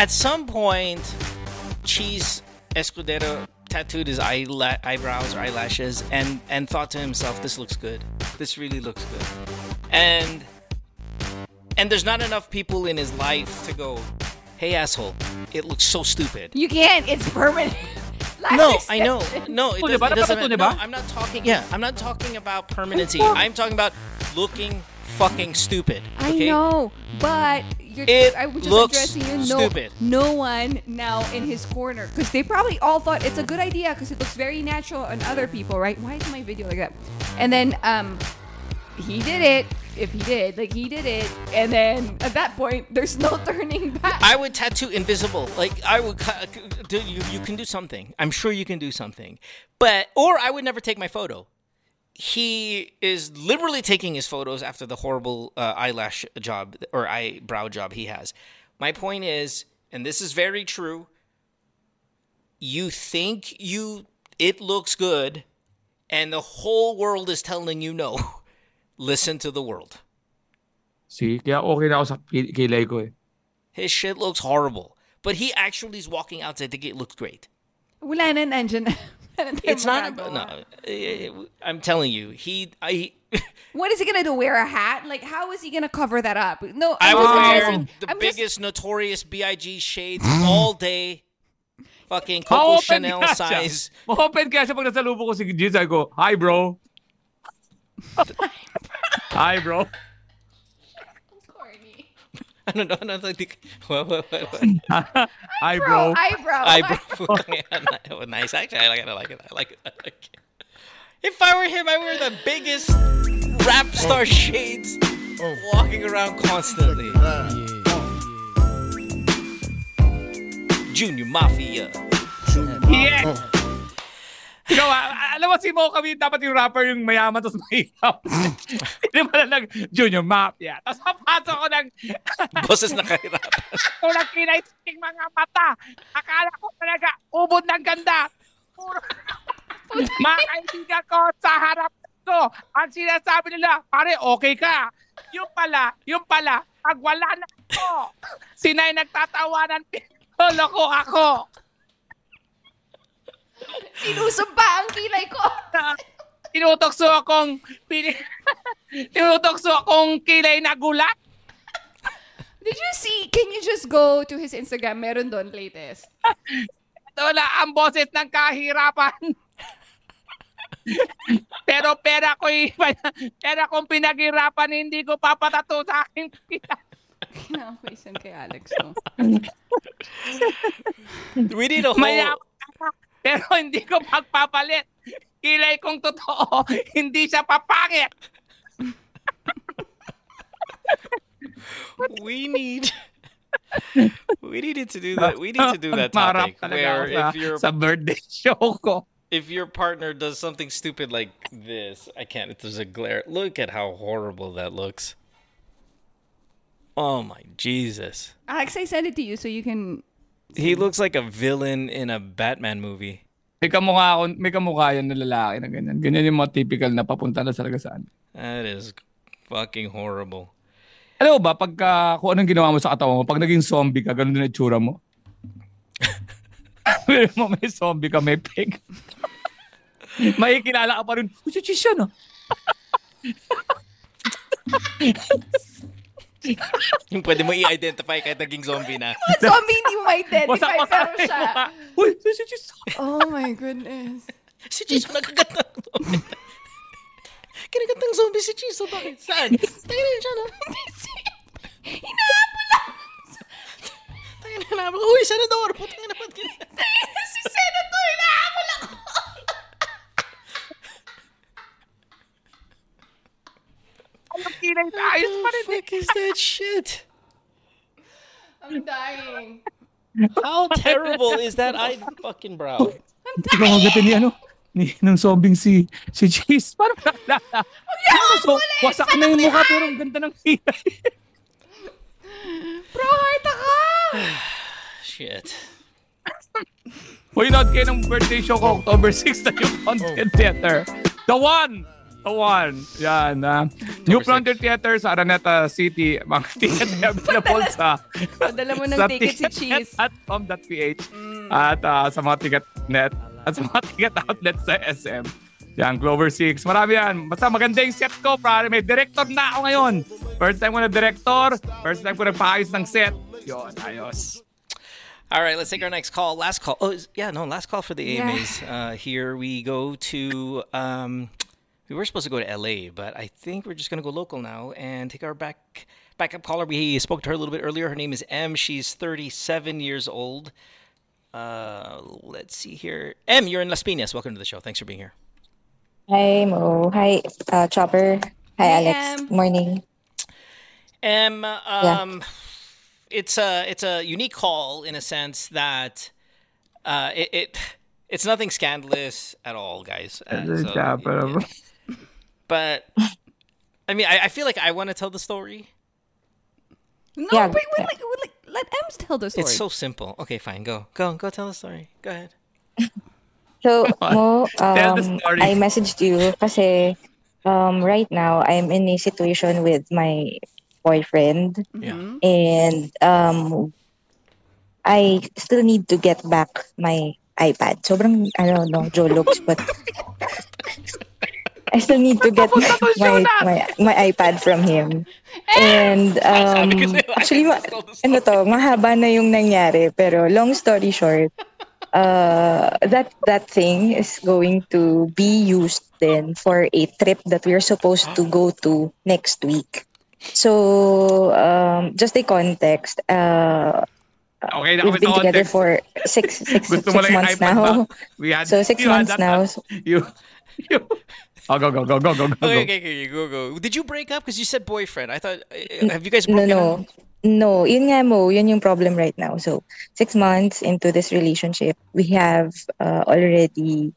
at some point, Cheese Escudero tattooed his eyela- eyebrows or eyelashes and, and thought to himself, this looks good. This really looks good. And. And there's not enough people in his life to go, hey, asshole, it looks so stupid.
you can't. It's permanent. Lash
No, I
extension.
know. No, it
Oh,
doesn't,
diba?
it doesn't
Napanood
matter.
niyo ba?
No, I'm not talking. Yeah, I'm not talking about permanency. I'm talking about looking fucking stupid.
I
okay?
know, but you're
It
I was just
looks
addressing you. No,
stupid.
no one now in his corner because they probably all thought it's a good idea because it looks very natural on other people, right? Why is my video like that? And then um, he did it. If he did, like he did it, and then at that point, there's no turning back.
I would tattoo invisible. Like I would, cut- dude, you you can do something. I'm sure you can do something. But or I would never take my photo. He is literally taking his photos after the horrible uh, eyelash job or eyebrow job he has. My point is, and this is very true. You think you it looks good, and the whole world is telling you no. Listen to the world.
See? Kaya okay na ako sa ki- kilay ko eh.
His shit looks horrible, but he actually is walking outside to think it looks great.
Wala na nandiyan.
It's not about no. eh, I'm telling you, he I
What is he gonna do? Wear a hat? Like, how is he gonna cover that up? No,
I
I'm
was
just
wearing
addressing-
the
I'm just-
biggest notorious Big shades all day, fucking Coco
Ma-open
Chanel
kaya siya.
size.
Ma-open kaya siya pag nasa lupo ko si Jin. Sabi ko, hi bro. hi bro.
Corny.
I don't know. I don't think. What, what, what, what?
hi bro.
eyebrow.
Eyebrow. Oh, nice. Actually, I like it. I like it. I like it. I like it. If I were him, I wear the biggest rap star shades, walking around constantly. Junior Mafia.
Yeah. Ikaw, ah, ah, alam mo si Mo kami, dapat yung rapper yung mayaman tapos mahirap. Hindi mo lang nag junior mafia. Tapos papasok ko ng
Boses nakahirap.
tulad kinay sa aking mga mata. Akala ko talaga ubod ng ganda. Puro mga kaibigan ko sa harap ko. Ang sinasabi nila, pare okay ka. Yung pala, yung pala, pag wala na ako. Sinay nagtatawanan, loko ako.
Inusob pa ang kilay ko.
na tinutokso akong pili, tinutokso akong kilay na gulat.
Did you see? Can you just go to his Instagram? Meron doon latest.
Wala ang boses ng kahirapan. Pero pera ko pera kong pinaghirapan, hindi ko papatato sa akin.
Kinakapaisan kay Alex, no?
We need a whole.
Mayaman ka, pero hindi ko pagpapalit. Kilay kong totoo, hindi siya papangit.
We need. We needed to do that. We need to do that topic where if your
birthday show ko.
if your partner does something stupid like this, I can't. If there's a glare, look at how horrible that looks. Oh my Jesus!
Alex, I sent it to you so you can...
He looks like a villain in a Batman movie.
May kamukha, ako- may kamukha yun na lalaki na ganyan. Ganyan yung mga typical na papunta na talaga saan.
That is fucking horrible.
Alam mo ba, pagka kung anong ginawa mo sa katawan mo, pag naging zombie ka, ganun din ang itsura mo. Pero mo, may zombie ka, may peg. may kilala ka pa rin, oh, si Chis yan, ah."
Yung pwede mo i-identify kahit naging zombie na.
Zombie, hindi mo ma-identify.
Wasak-wasak
Pero
na yung
siya.
mukha. Uy, si Chis.
Oh my goodness.
Si Chiso nagkagat ng zombie. Kinagat ng zombie si Chiso. Bakit? Saan? Tangin na siya, no?
Hinahabol lang.
Tangin na namin. Uy, senador! Putang na ba't gina-
si Senator, hinahabol ako.
Ayos pa rin.
fuck is that shit?
I'm dying.
How terrible is that eye fucking brow?
Hindi ko kagatin ni ano, ni, ng zombing si, si Chis. Parang nakalala. So, wasak na yung mukha, pero ang ganda ng kilay.
Bro, heart ako.
Shit.
Uy, nod kayo ng birthday show ko, October 6 na yung
Oh.
Frontier Theater. The one! The one! Yan, ah. New Frontier Theater sa Araneta City. Mga ticket ay available sa...
Padala mo ng
sa
ticket si Cheese. Mm.
At com.ph at ah, sa mga ticket net at sa mga ticket outlet sa SM. Yan, Clover 6. Marami yan. Basta maganda yung set ko. Pare, may director na ako ngayon. First time ko na director. First time ko nagpaayos ng set. Yun, ayos.
All right, let's take our next call. Last call. Oh, is- yeah, no, last call for the
Yeah.
AMAs. Uh, here we go to. Um, we were supposed to go to LA, but I think we're just going to go local now and take our back backup caller. We spoke to her a little bit earlier. Her name is M. She's 37 years old. Uh, let's see here. M, you're in Las Piñas. Welcome to the show. Thanks for being here.
Hi, Mo. Hi, uh, Chopper. Hi,
Hi,
Alex.
Em.
Morning.
Um, um, it's a it's a unique call in a sense that uh, it, it it's nothing scandalous at all, guys. Uh, so, yeah. But I mean, I, I feel like I want to tell the story.
No,
Yeah,
wait, wait,
yeah.
like, wait, like, let Ems tell the story.
It's so simple. Okay, fine. Go, go, go. Tell the story. Go ahead.
So,
on.
Mo,
Tell the
um,
story.
I messaged you kasi um, right now I'm in a situation with my boyfriend
Yeah.
and um, I still need to get back my iPad. Sobrang, ano, no, Joe looks, but I still need to get my, my, my, iPad from him. And, um, actually, ma- ano to, mahaba na yung nangyari. Pero long story short, uh, that that thing is going to be used then for a trip that we're supposed to go to next week. So, um, just a context. Uh,
Okay, na kami
we've
sa
been together
context.
for six six,
Gusto mo
six
lang yung
months
iPad
now.
ba? We had,
So, six
you had
months
that-
now.
You, you, oh, go, go, go, go, go, go.
Okay,
go.
okay, okay, go, go. Did you break up? Because you said boyfriend. I thought. uh, Have you guys
No,
broken up?
no. No, yun nga mo, yun yung problem right now. So, six months into this relationship, we have uh, already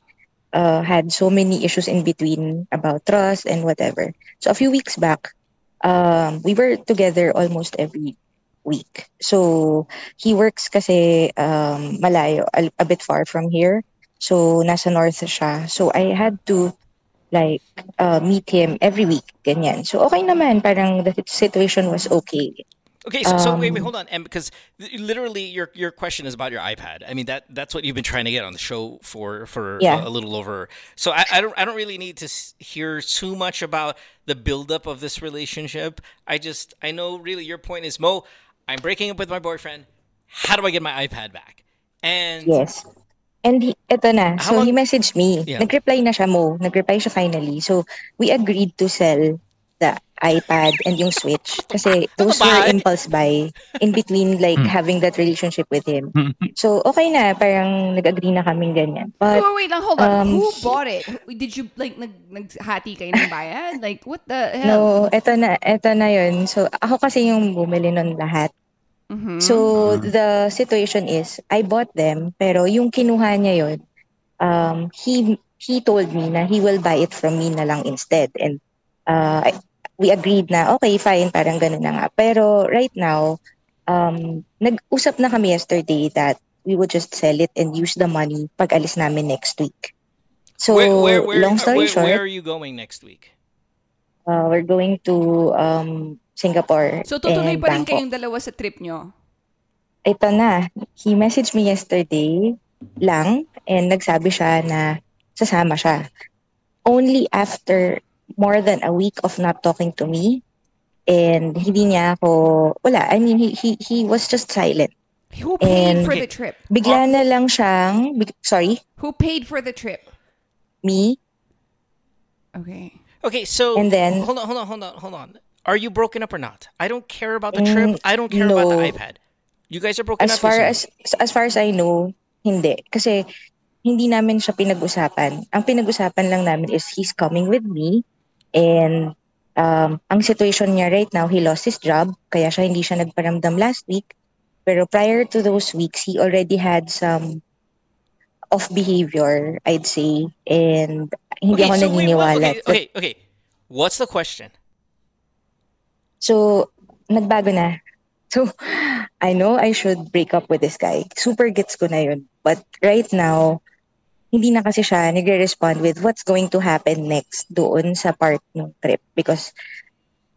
uh, had so many issues in between about trust and whatever. So, a few weeks back, um, we were together almost every week. So, he works kasi um, malayo, a, a bit far from here. So, nasa north siya. So, I had to like uh, meet him every week, ganyan. So, okay naman, parang the situation was okay.
Okay, so, so wait, wait,
Um,
hold on, Em, because th- literally your your question is about your iPad. I mean that that's what you've been trying to get on the show for for
Yeah.
a, a little over. So I, I don't I don't really need to s- hear too much about the buildup of this relationship. I just I know really your point is Mo. I'm breaking up with my boyfriend. How do I get my iPad back? And
Yes. And he, eto na.
How
So, he
long-
messaged me.
Yeah.
Nag-reply na siya mo. Nag-reply siya finally. So, we agreed to sell the iPad and yung Switch. Kasi
Ano
those were
Bye.
impulse buy in between like having that relationship with him. So, okay na. Parang nag-agree na kaming ganyan.
Wait,
But,
Oh,
wait, wait, lang, hold on.
Um,
Who bought it? Who- Did you, like, nag, naghati kayo ng bayad? Like, what the hell?
no, eto na. Eto na yun. So, ako kasi yung bumili nun lahat.
Mhm.
So
Hmm.
the situation is I bought them pero yung kinuha niya yon um he he told me na he will buy it from me na lang instead and uh, I- we agreed na okay fine parang ganun na nga pero right now um nag-usap na kami yesterday that we would just sell it and use the money pag alis namin next week. So,
where, where, where, uh,
long
where,
story short,
where are you going next week?
uh, we're going to um, Singapore
So, tutuloy
and
pa rin
Bangkok.
kayong dalawa sa trip nyo.
ito na, he messaged me yesterday lang and nagsabi siya na sasama siya. Only after more than a week of not talking to me and hindi niya ako, wala, I mean, he, he, he was just silent.
Who paid
And-
for
Okay.
the trip?
Bigla na lang siyang, big, sorry,
Who paid for the trip?
me,
Okay.
Okay, so
And then-
hold on, hold on, hold on, hold on. Are you broken up or not? I don't care about the
Mm,
trip. I don't care about the
no.
iPad. You guys are broken up.
as far
you said.
as, as far as I know, hindi. Kasi hindi namin siya pinag-usapan. Ang pinag-usapan lang namin is he's coming with me and um, ang situation niya right now, he lost his job kaya siya hindi siya nagparamdam last week. Pero prior to those weeks, he already had some off behavior, I'd say. And hindi ako
so wait, what-
naniniwala.
okay, okay, okay. What's the question?
So, nagbago na. So, I know I should break up with this guy. Super gets ko na yun. But right now, hindi na kasi siya nagre-respond with what's going to happen next doon sa part ng trip. Because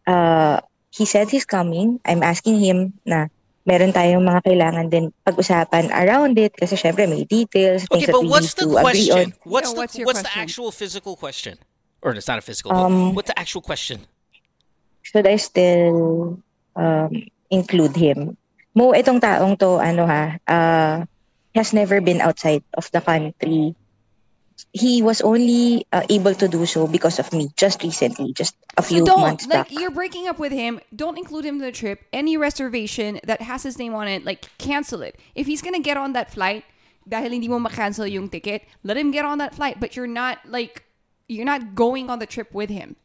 uh, he said he's coming. I'm asking him na meron tayong mga kailangan din pag-usapan around it kasi syempre may details,
Okay,
things that
but
we
what's
need
the
to agree on.
question? What's
Yeah,
the
what's your
what's the
question?
actual physical question? Or it's not a physical. but
Um,
what's the actual question?
should I still um, include him? Mo, itong taong to, ano ha, uh, has never been outside of the country. He was only uh, able to do so because of me just recently, just a
So
few
don't
months
like
back.
you're breaking up with him. Don't include him in the trip. Any reservation that has his name on it, like cancel it. If he's gonna get on that flight, dahil hindi mo ma-cancel yung ticket, let him get on that flight. But you're not like you're not going on the trip with him.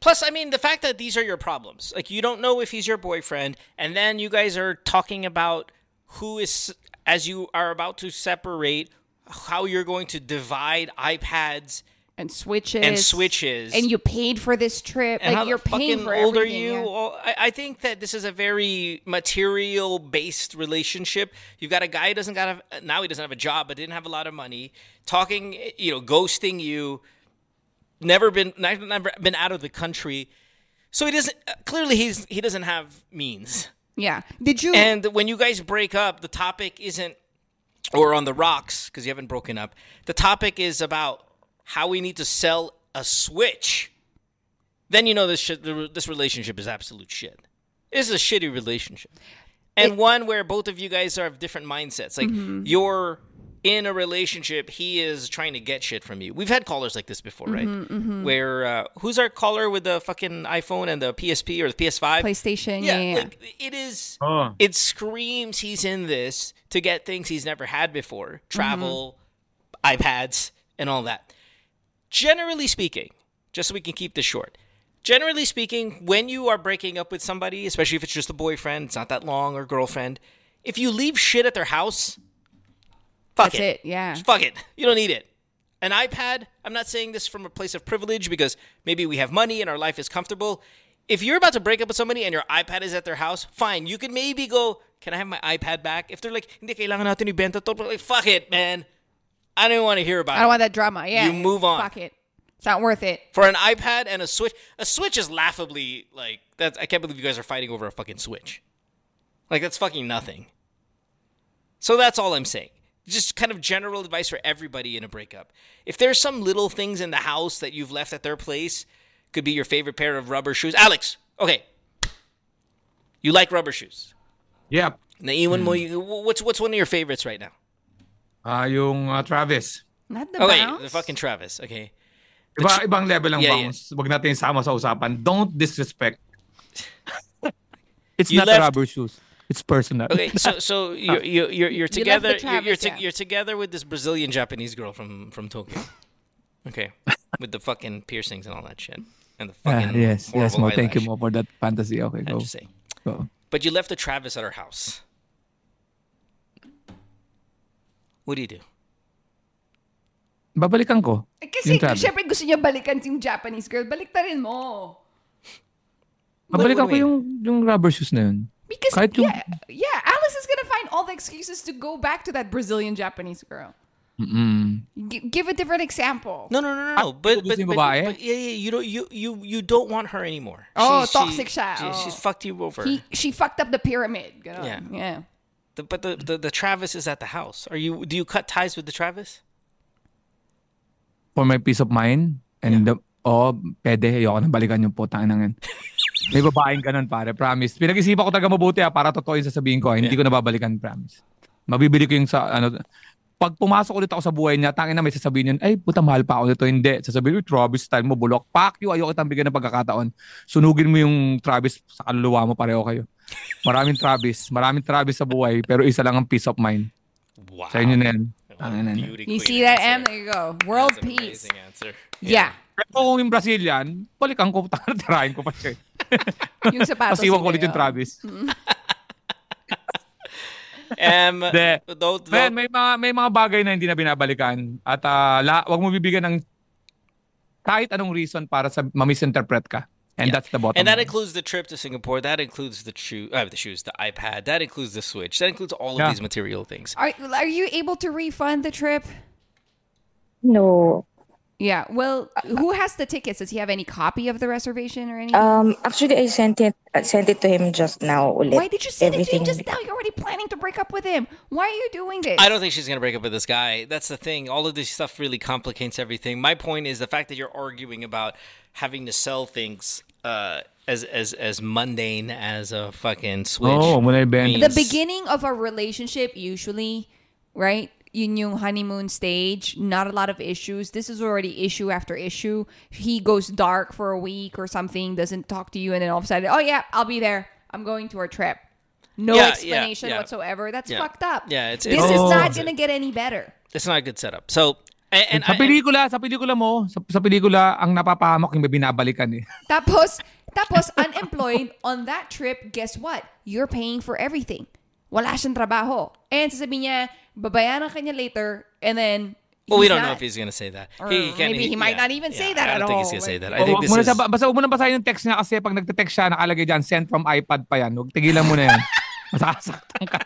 Plus, I mean, the fact that these are your problems. Like, you don't know if he's your boyfriend, and then you guys are talking about who is, as you are about to separate, how you're going to divide iPads
And switches
and switches.
And you paid for this trip.
And how
like you're
the
paying
fucking
for
old are
everything,
you?
yeah.
Well, I, I think that this is a very material based relationship. You've got a guy who doesn't got a, now he doesn't have a job, but didn't have a lot of money, talking, you know, ghosting you, never been never been out of the country, so he doesn't uh, clearly he's he doesn't have means.
Yeah. Did you?
And when you guys break up, the topic isn't or on the rocks because you haven't broken up. The topic is about how we need to sell a switch. Then you know this shit, this relationship is absolute shit. This is a shitty relationship, and one where both of you guys are of different mindsets. Like you're in a relationship, he is trying to get shit from you. We've had callers like this before, right? Where uh, who's our caller with the fucking iPhone and the PSP or the PS5?
PlayStation. Yeah.
yeah,
yeah, yeah.
like it is
Oh.
it screams he's in this to get things he's never had before
Mm-hmm.
travel ipads and all that generally speaking just so we can keep this short generally speaking when you are breaking up with somebody especially if it's just a boyfriend it's not that long or girlfriend if you leave shit at their house fuck
That's it. Yeah.
just fuck it. You don't need it. An iPad, I'm not saying this from a place of privilege because maybe we have money and our life is comfortable. If you're about to break up with somebody and your iPad is at their house, fine. You can maybe go, can I have my iPad back? If they're like, hindi kailangan natin ibenta to, like, fuck it, man. I don't want to hear about
I don't
it.
want that drama. Yeah.
You move on.
Fuck it. It's not worth it.
For an iPad and a Switch, a Switch is laughably, like, that's, I can't believe you guys are fighting over a fucking Switch. Like, that's fucking nothing. So that's all I'm saying. Just kind of general advice for everybody in a breakup. If there's some little things in the house that you've left at their place, could be your favorite pair of rubber shoes. Alex, okay. You like rubber shoes.
Yep.
Naiwan mo, you- what's what's one of your favorites right now?
Ah, yung ah, Travis.
Not the
Okay,
bounce.
Oh, the fucking Travis. Okay.
Iba, ibang level ang
Yeah,
bounce. Huwag natin isama sa usapan. Don't disrespect. It's
You
not
left-
rubber shoes. It's personal.
Okay, so so
Oh.
you're you're you're, you're together.
the
You are you're,
Travis,
to-
yeah.
you're together with this Brazilian Japanese girl from from Tokyo. Okay, with the fucking piercings and all that shit, and the fucking
Ah, yes, yes,
horrible
Mo. Thank you,
eyelash.
Mo, for that fantasy. Okay,
I'm
go.
just saying.
go.
But you left the Travis at her house. What do you do?
Babalikan ko.
Eh,
Yung
Kasi
Travis.
syempre gusto niya balikan yung Japanese girl. Baliktarin mo.
What-
Babalikan
what do
ko
you
yung, yung rubber shoes na yun.
Because
Kahit yung-
yeah, yeah, Alice is gonna find all the excuses to go back to that Brazilian Japanese girl.
Mm-mm.
G- give a different example.
No, no, no, no. no. But,
gusto
but,
yung
but,
babae?
but yeah, yeah, you don't, you, you, you don't want her anymore.
Oh, toxic siya.
she-
Oh.
She's fucked you over.
He, she fucked up the pyramid.
Yeah.
Yeah. yeah.
The- but the, the the Travis is at the house. Are you? Do you cut ties with the Travis?
For my peace of mind. And the, oh, pwede. Ayoko nang balikan yung putang inang yan. May babaeng ganun, pare. Promise. Pinag-isipan ko talaga mabuti, ha, para totoo yung sasabihin ko. ha. Hindi ko nababalikan, promise. Mabibili ko yung sa, ano, pag pumasok ulit ako sa buhay niya, tangin na may sasabihin yun, ay, puta, mahal pa ako nito. Hindi. Sasabihin, "Uy, Travis, style mo, bulok. Fuck you, ayoko itang bigyan ng pagkakataon. Sunugin mo yung Travis sa kaluluwa mo, pareho kayo. Maraming Travis. Maraming Travis sa buhay, pero isa lang ang peace of mind.
Wow.
Sa inyo na yan.
What
Tangin
a
na yan.
beauty
You
queen
see that, M?
answer.
There you go. World
That's an
peace.
Amazing answer.
Yeah.
Pero kung yung Brazilian, balikan ko, tangin, tirahin ko pa siya.
Yung
Ah,
sapatos.
Tapos iwan ko
niya
ulit yung
yun.
Travis.
Mm, Um,
De-
though, though,
Man, may mga may mga bagay na hindi na binabalikan at ah, la, wag mo bibigyan ng kahit anong reason para sa ma-misinterpret ka. And that's the bottom.
and that
line.
includes the trip to Singapore. That includes the shoe, uh, the shoes, the iPad. That includes the Switch. That includes all of
Yeah.
these material things.
Are, are you able to refund the trip?
No.
Yeah. Well, who has the tickets? Does he have any copy of the reservation or anything?
Um, actually, I sent it uh, sent it to him just now. Ulit.
Why did you send it to
Everything.
him just now? You're already planning to break up with him. Why are you doing this?
I don't think she's gonna break up with this guy. That's the thing. All of this stuff really complicates everything. My point is the fact that you're arguing about having to sell things uh, as as as mundane as a fucking switch.
Oh, wala yung Ben.
means-
the beginning of a relationship usually, right? Yun yung honeymoon stage, not a lot of issues. This is already issue after issue. He goes dark for a week or something, doesn't talk to you, and then all of a sudden, oh yeah, I'll be there. I'm going to our trip. No
Yeah, yeah,
explanation
yeah.
whatsoever. That's
Yeah.
fucked up.
Yeah, it's-
this
it's-
is
it's-
it's-
not gonna get any better.
It's not a good setup. So and, and
sa
I- and-
pelikula, sa pelikula mo, sa, sa pelikula, ang napapahamak yung binabalikan eh.
Tapos, tapos unemployed on that trip, guess what? You're paying for everything. Wala siyang trabaho. And sasabihin niya, babayaran ka niya later, and then
Well, we
he's
don't know
not.
if he's going to say that.
Or
can't- e
maybe he might not even say that
I
at
don't think he's going
all.
to say that. I
Oh,
think
wag
this
mo na
is.
sa, basta huwag mo na basahin yung text niya kasi pag nagte-text siya, nakalagay dyan, sent from iPad pa yan. Huwag tigilan mo na yan. Masasaktan ka.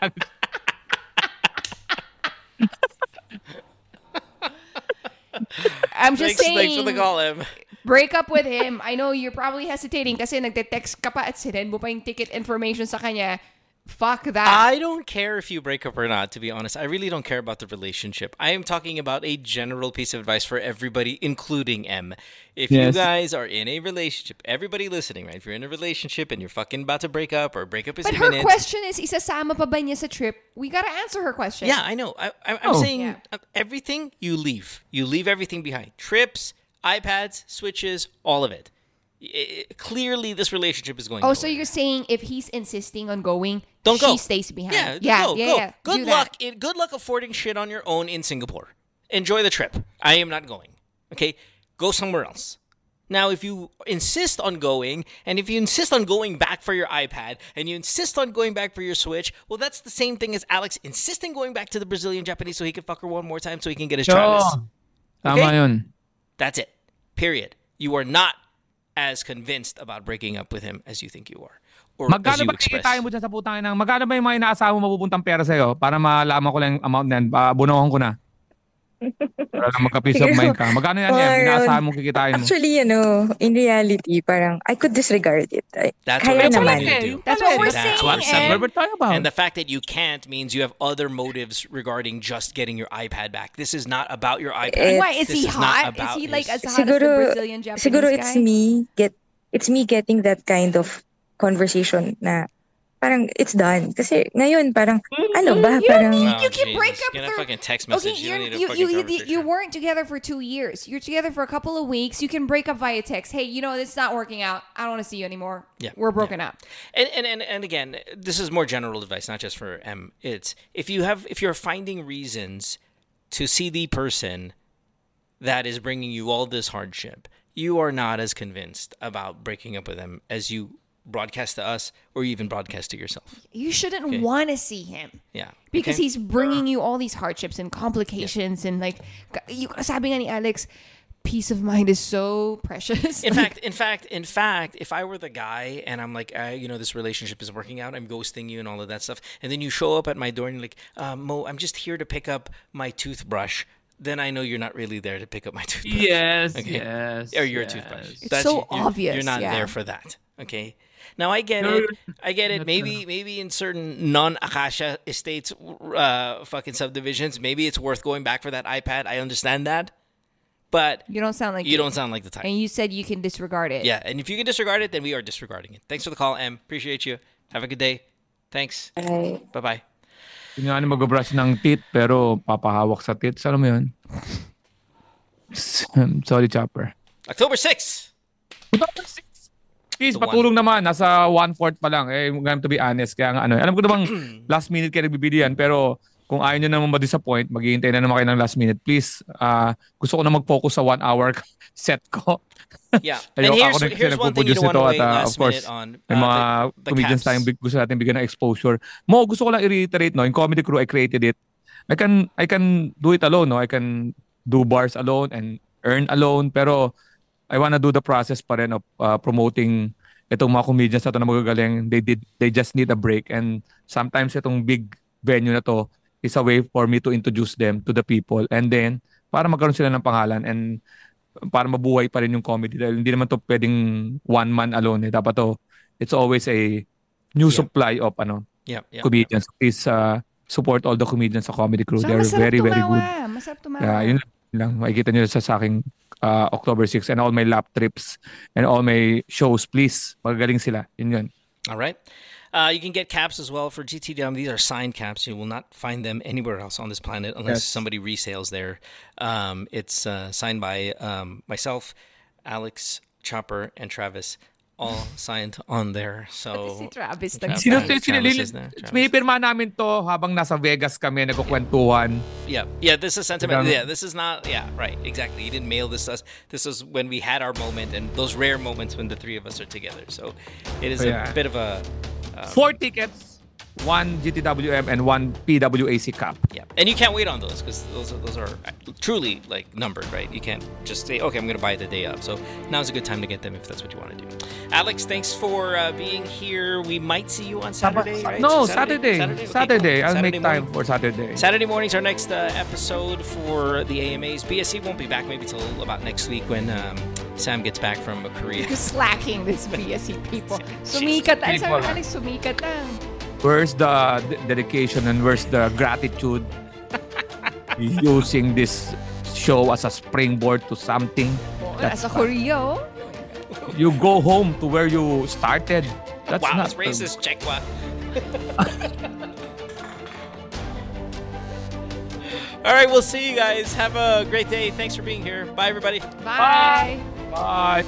I'm just
Thanks,
saying,
thanks for the call, Em.
break up with him. I know you're probably hesitating kasi nagte-text ka pa at sinend mo pa yung ticket information sa kanya. Fuck that.
I don't care if you break up or not, to be honest. I really don't care about the relationship. I am talking about a general piece of advice for everybody, including M. If you
Yes.
guys are in a relationship, everybody listening, right? If you're in a relationship and you're fucking about to break up or break up is
But her
imminent.
question is, isasama pa ba niya sa trip? We gotta answer her question.
Yeah, I know. I, I, I'm
Oh.
saying
Yeah.
uh, everything you leave, you leave everything behind. Trips, iPads, switches, all of it. I- I- clearly, this relationship is going.
Oh, so
nowhere.
you're saying if he's insisting on going,
don't go.
she stays behind.
Yeah,
yeah,
go,
yeah,
go.
yeah.
Good
Do that.
luck. In, good luck affording shit on your own in Singapore. Enjoy the trip. I am not going. Okay, go somewhere else. Now, if you insist on going, and if you insist on going back for your iPad, and you insist on going back for your Switch, well, that's the same thing as Alex insisting going back to the Brazilian Japanese so he can fuck her one more time so he can get his Travis.
Tama
Okay?
yun.
That's it. Period. You are not as convinced about breaking up with him as you think you are, or as
Magkano
you
ba
express.
kikitain mo dyan sa putang inang? Magkano ba yung mga inaasama mo mapupuntang pera sa'yo para malaman ko lang yung amount na yan? Uh, bunuhan ko na. Para lang magka-peace of
Siguro,
mind ka. Magkano yan yan?
more
Inaasahan
on-
mo kikitain mo.
Actually, you know, in reality, parang I could disregard it. I,
That's
kaya
what
naman.
I'm to
naman.
do.
That's what we're
That's
saying.
what I'm saying.
Em.
What we're talking
Oh.
about?
And uh, the fact that you can't means you have other motives regarding just getting your iPad back. This is not about your iPad.
Why is
This
he
not
hot? Is
about
he like
his-
as hot as the
Siguro-
Brazilian Japanese
Siguro
guy?
it's me get it's me getting that kind of conversation na parang it's done. Kasi ngayon parang ano ba
You don't
parang
need-
Oh,
you can
Jesus.
break up
Get a
through-
fucking text
Okay,
message. You
you're,
don't need a
you,
fucking
you, you, you
conversation.
weren't together for two years. You're together for a couple of weeks. You can break up via text. Hey, you know this is not working out. I don't want to see you anymore.
Yeah,
we're broken up.
And, and and and again, this is more general advice, not just for M. It's if you have if you're finding reasons to see the person that is bringing you all this hardship, you are not as convinced about breaking up with them as you broadcast to us or even broadcast to yourself.
You shouldn't want to see him.
Yeah.
Because
Okay?
he's bringing you all these hardships and complications and like, you sabi nga ni Alex, peace of mind is so precious.
In fact,
Like,
in fact, in fact, if I were the guy and I'm like, I, you know, this relationship is working out, I'm ghosting you and all of that stuff, and then you show up at my door and you're like, uh, Mo, I'm just here to pick up my toothbrush. Then I know you're not really there to pick up my toothbrush.
Yes,
Okay.
yes.
or your
yes.
toothbrush.
It's
you're-
so
you're- You're
obvious,
not
yeah.
there for that. Okay. Now I get
No,
it.
you're-
I get it. Maybe maybe in certain non Akasha estates, uh, fucking subdivisions, maybe it's worth going back for that iPad. I understand that, but
you don't sound like
you don't sound like the type.
And you said you can disregard it.
yeah, and if you can disregard it, then we are disregarding it. Thanks for the call, M. Appreciate you. Have a good day. Thanks.
Right.
Bye bye.
Yun nga ano mag-brush ng teeth pero papahawak sa teeth. Alam mo yun? Sorry, Chopper.
October 6th.
Please,
The one.
patulong naman. Nasa one-fourth pa lang. Eh, I'm to be honest. Kaya nga ano. Alam ko namang last minute kayo nagbibili yan. Pero kung ayaw nyo naman ma-disappoint, maghihintay na naman kayo ng last minute. Please, ah, gusto ko na mag-focus sa one-hour set ko.
Yeah. and
Ayoko
here's,
ako na
here's one thing you don't
nagpo-produce
want to
nito
wait
at, uh,
last
of course,
minute on.
May
uh,
mga
the
comedians
caps.
tayong big, gusto natin bigyan ng exposure. Mo, gusto ko lang i-reiterate, no? In Comedy Crew, I created it. I can, I can do it alone, no? I can do bars alone and earn alone. Pero I wanna do the process pa rin of uh, promoting itong mga comedians na to na magagaling. They, did, they just need a break. And sometimes itong big venue na to is a way for me to introduce them to the people. And then, para magkaroon sila ng pangalan and para mabuhay pa rin yung comedy dahil hindi naman to pwedeng one man alone eh. Dapat to it's always a new
Yeah.
supply of ano
Yeah, yeah.
comedians. Please uh, support all the comedians sa comedy crew. They're very very good.
Masarap tumawa.
Yeah, yun lang. Makikita nyo sa sa aking uh, October 6 and all my lap trips and all my shows. Please, magagaling sila. Yun yun.
All right. Uh, you can get caps as well for GTDM. These are signed caps. You will not find them anywhere else on this planet unless
Yes.
somebody resales there. Um, it's uh, signed by um, myself, Alex, Chopper, and Travis, all signed on there.
Si
So
Travis
Travis-
nag-
Sino
Ah, Travis
sino
is there. Travis.
Pinipirma namin to habang nasa Vegas kami nagkukwentuhan.
Yeah, yeah. This is sentiment.
Down.
Yeah, this is not. Yeah, right. Exactly. You didn't mail this to us. This is when we had our moment, and those rare moments when the three of us are together. So it is
Yeah.
a bit of a. Um,
Four tickets, one GTWM and one PWAC Cup.
Yeah, and you can't wait on those because those are, those are uh, truly like numbered, right? You can't just say, okay, I'm going to buy it the day up. So now's a good time to get them if that's what you want to do. Alex, thanks for uh, being here. We might see you on Saturday, right?
No,
So
Saturday. Saturday.
okay, cool.
I'll
Saturday
make
morning.
time for Saturday.
Saturday morning's our next uh, episode for the AMAs. BSC won't be back maybe till about next week when um, Sam gets back from Korea.
You're slacking this BSC people.
Jesus.
Sumikat na. Sabi
People.
ko, Alex, sumikat na.
Where's the d- dedication and where's the gratitude using this show as a springboard to something?
Oh,
That's
nasa Korea, oh.
You go home to where you started. That's
wow,
not
that's racist, Chekwa. All right, we'll see you guys. Have a great day. Thanks for being here. Bye, everybody.
Bye.
Bye.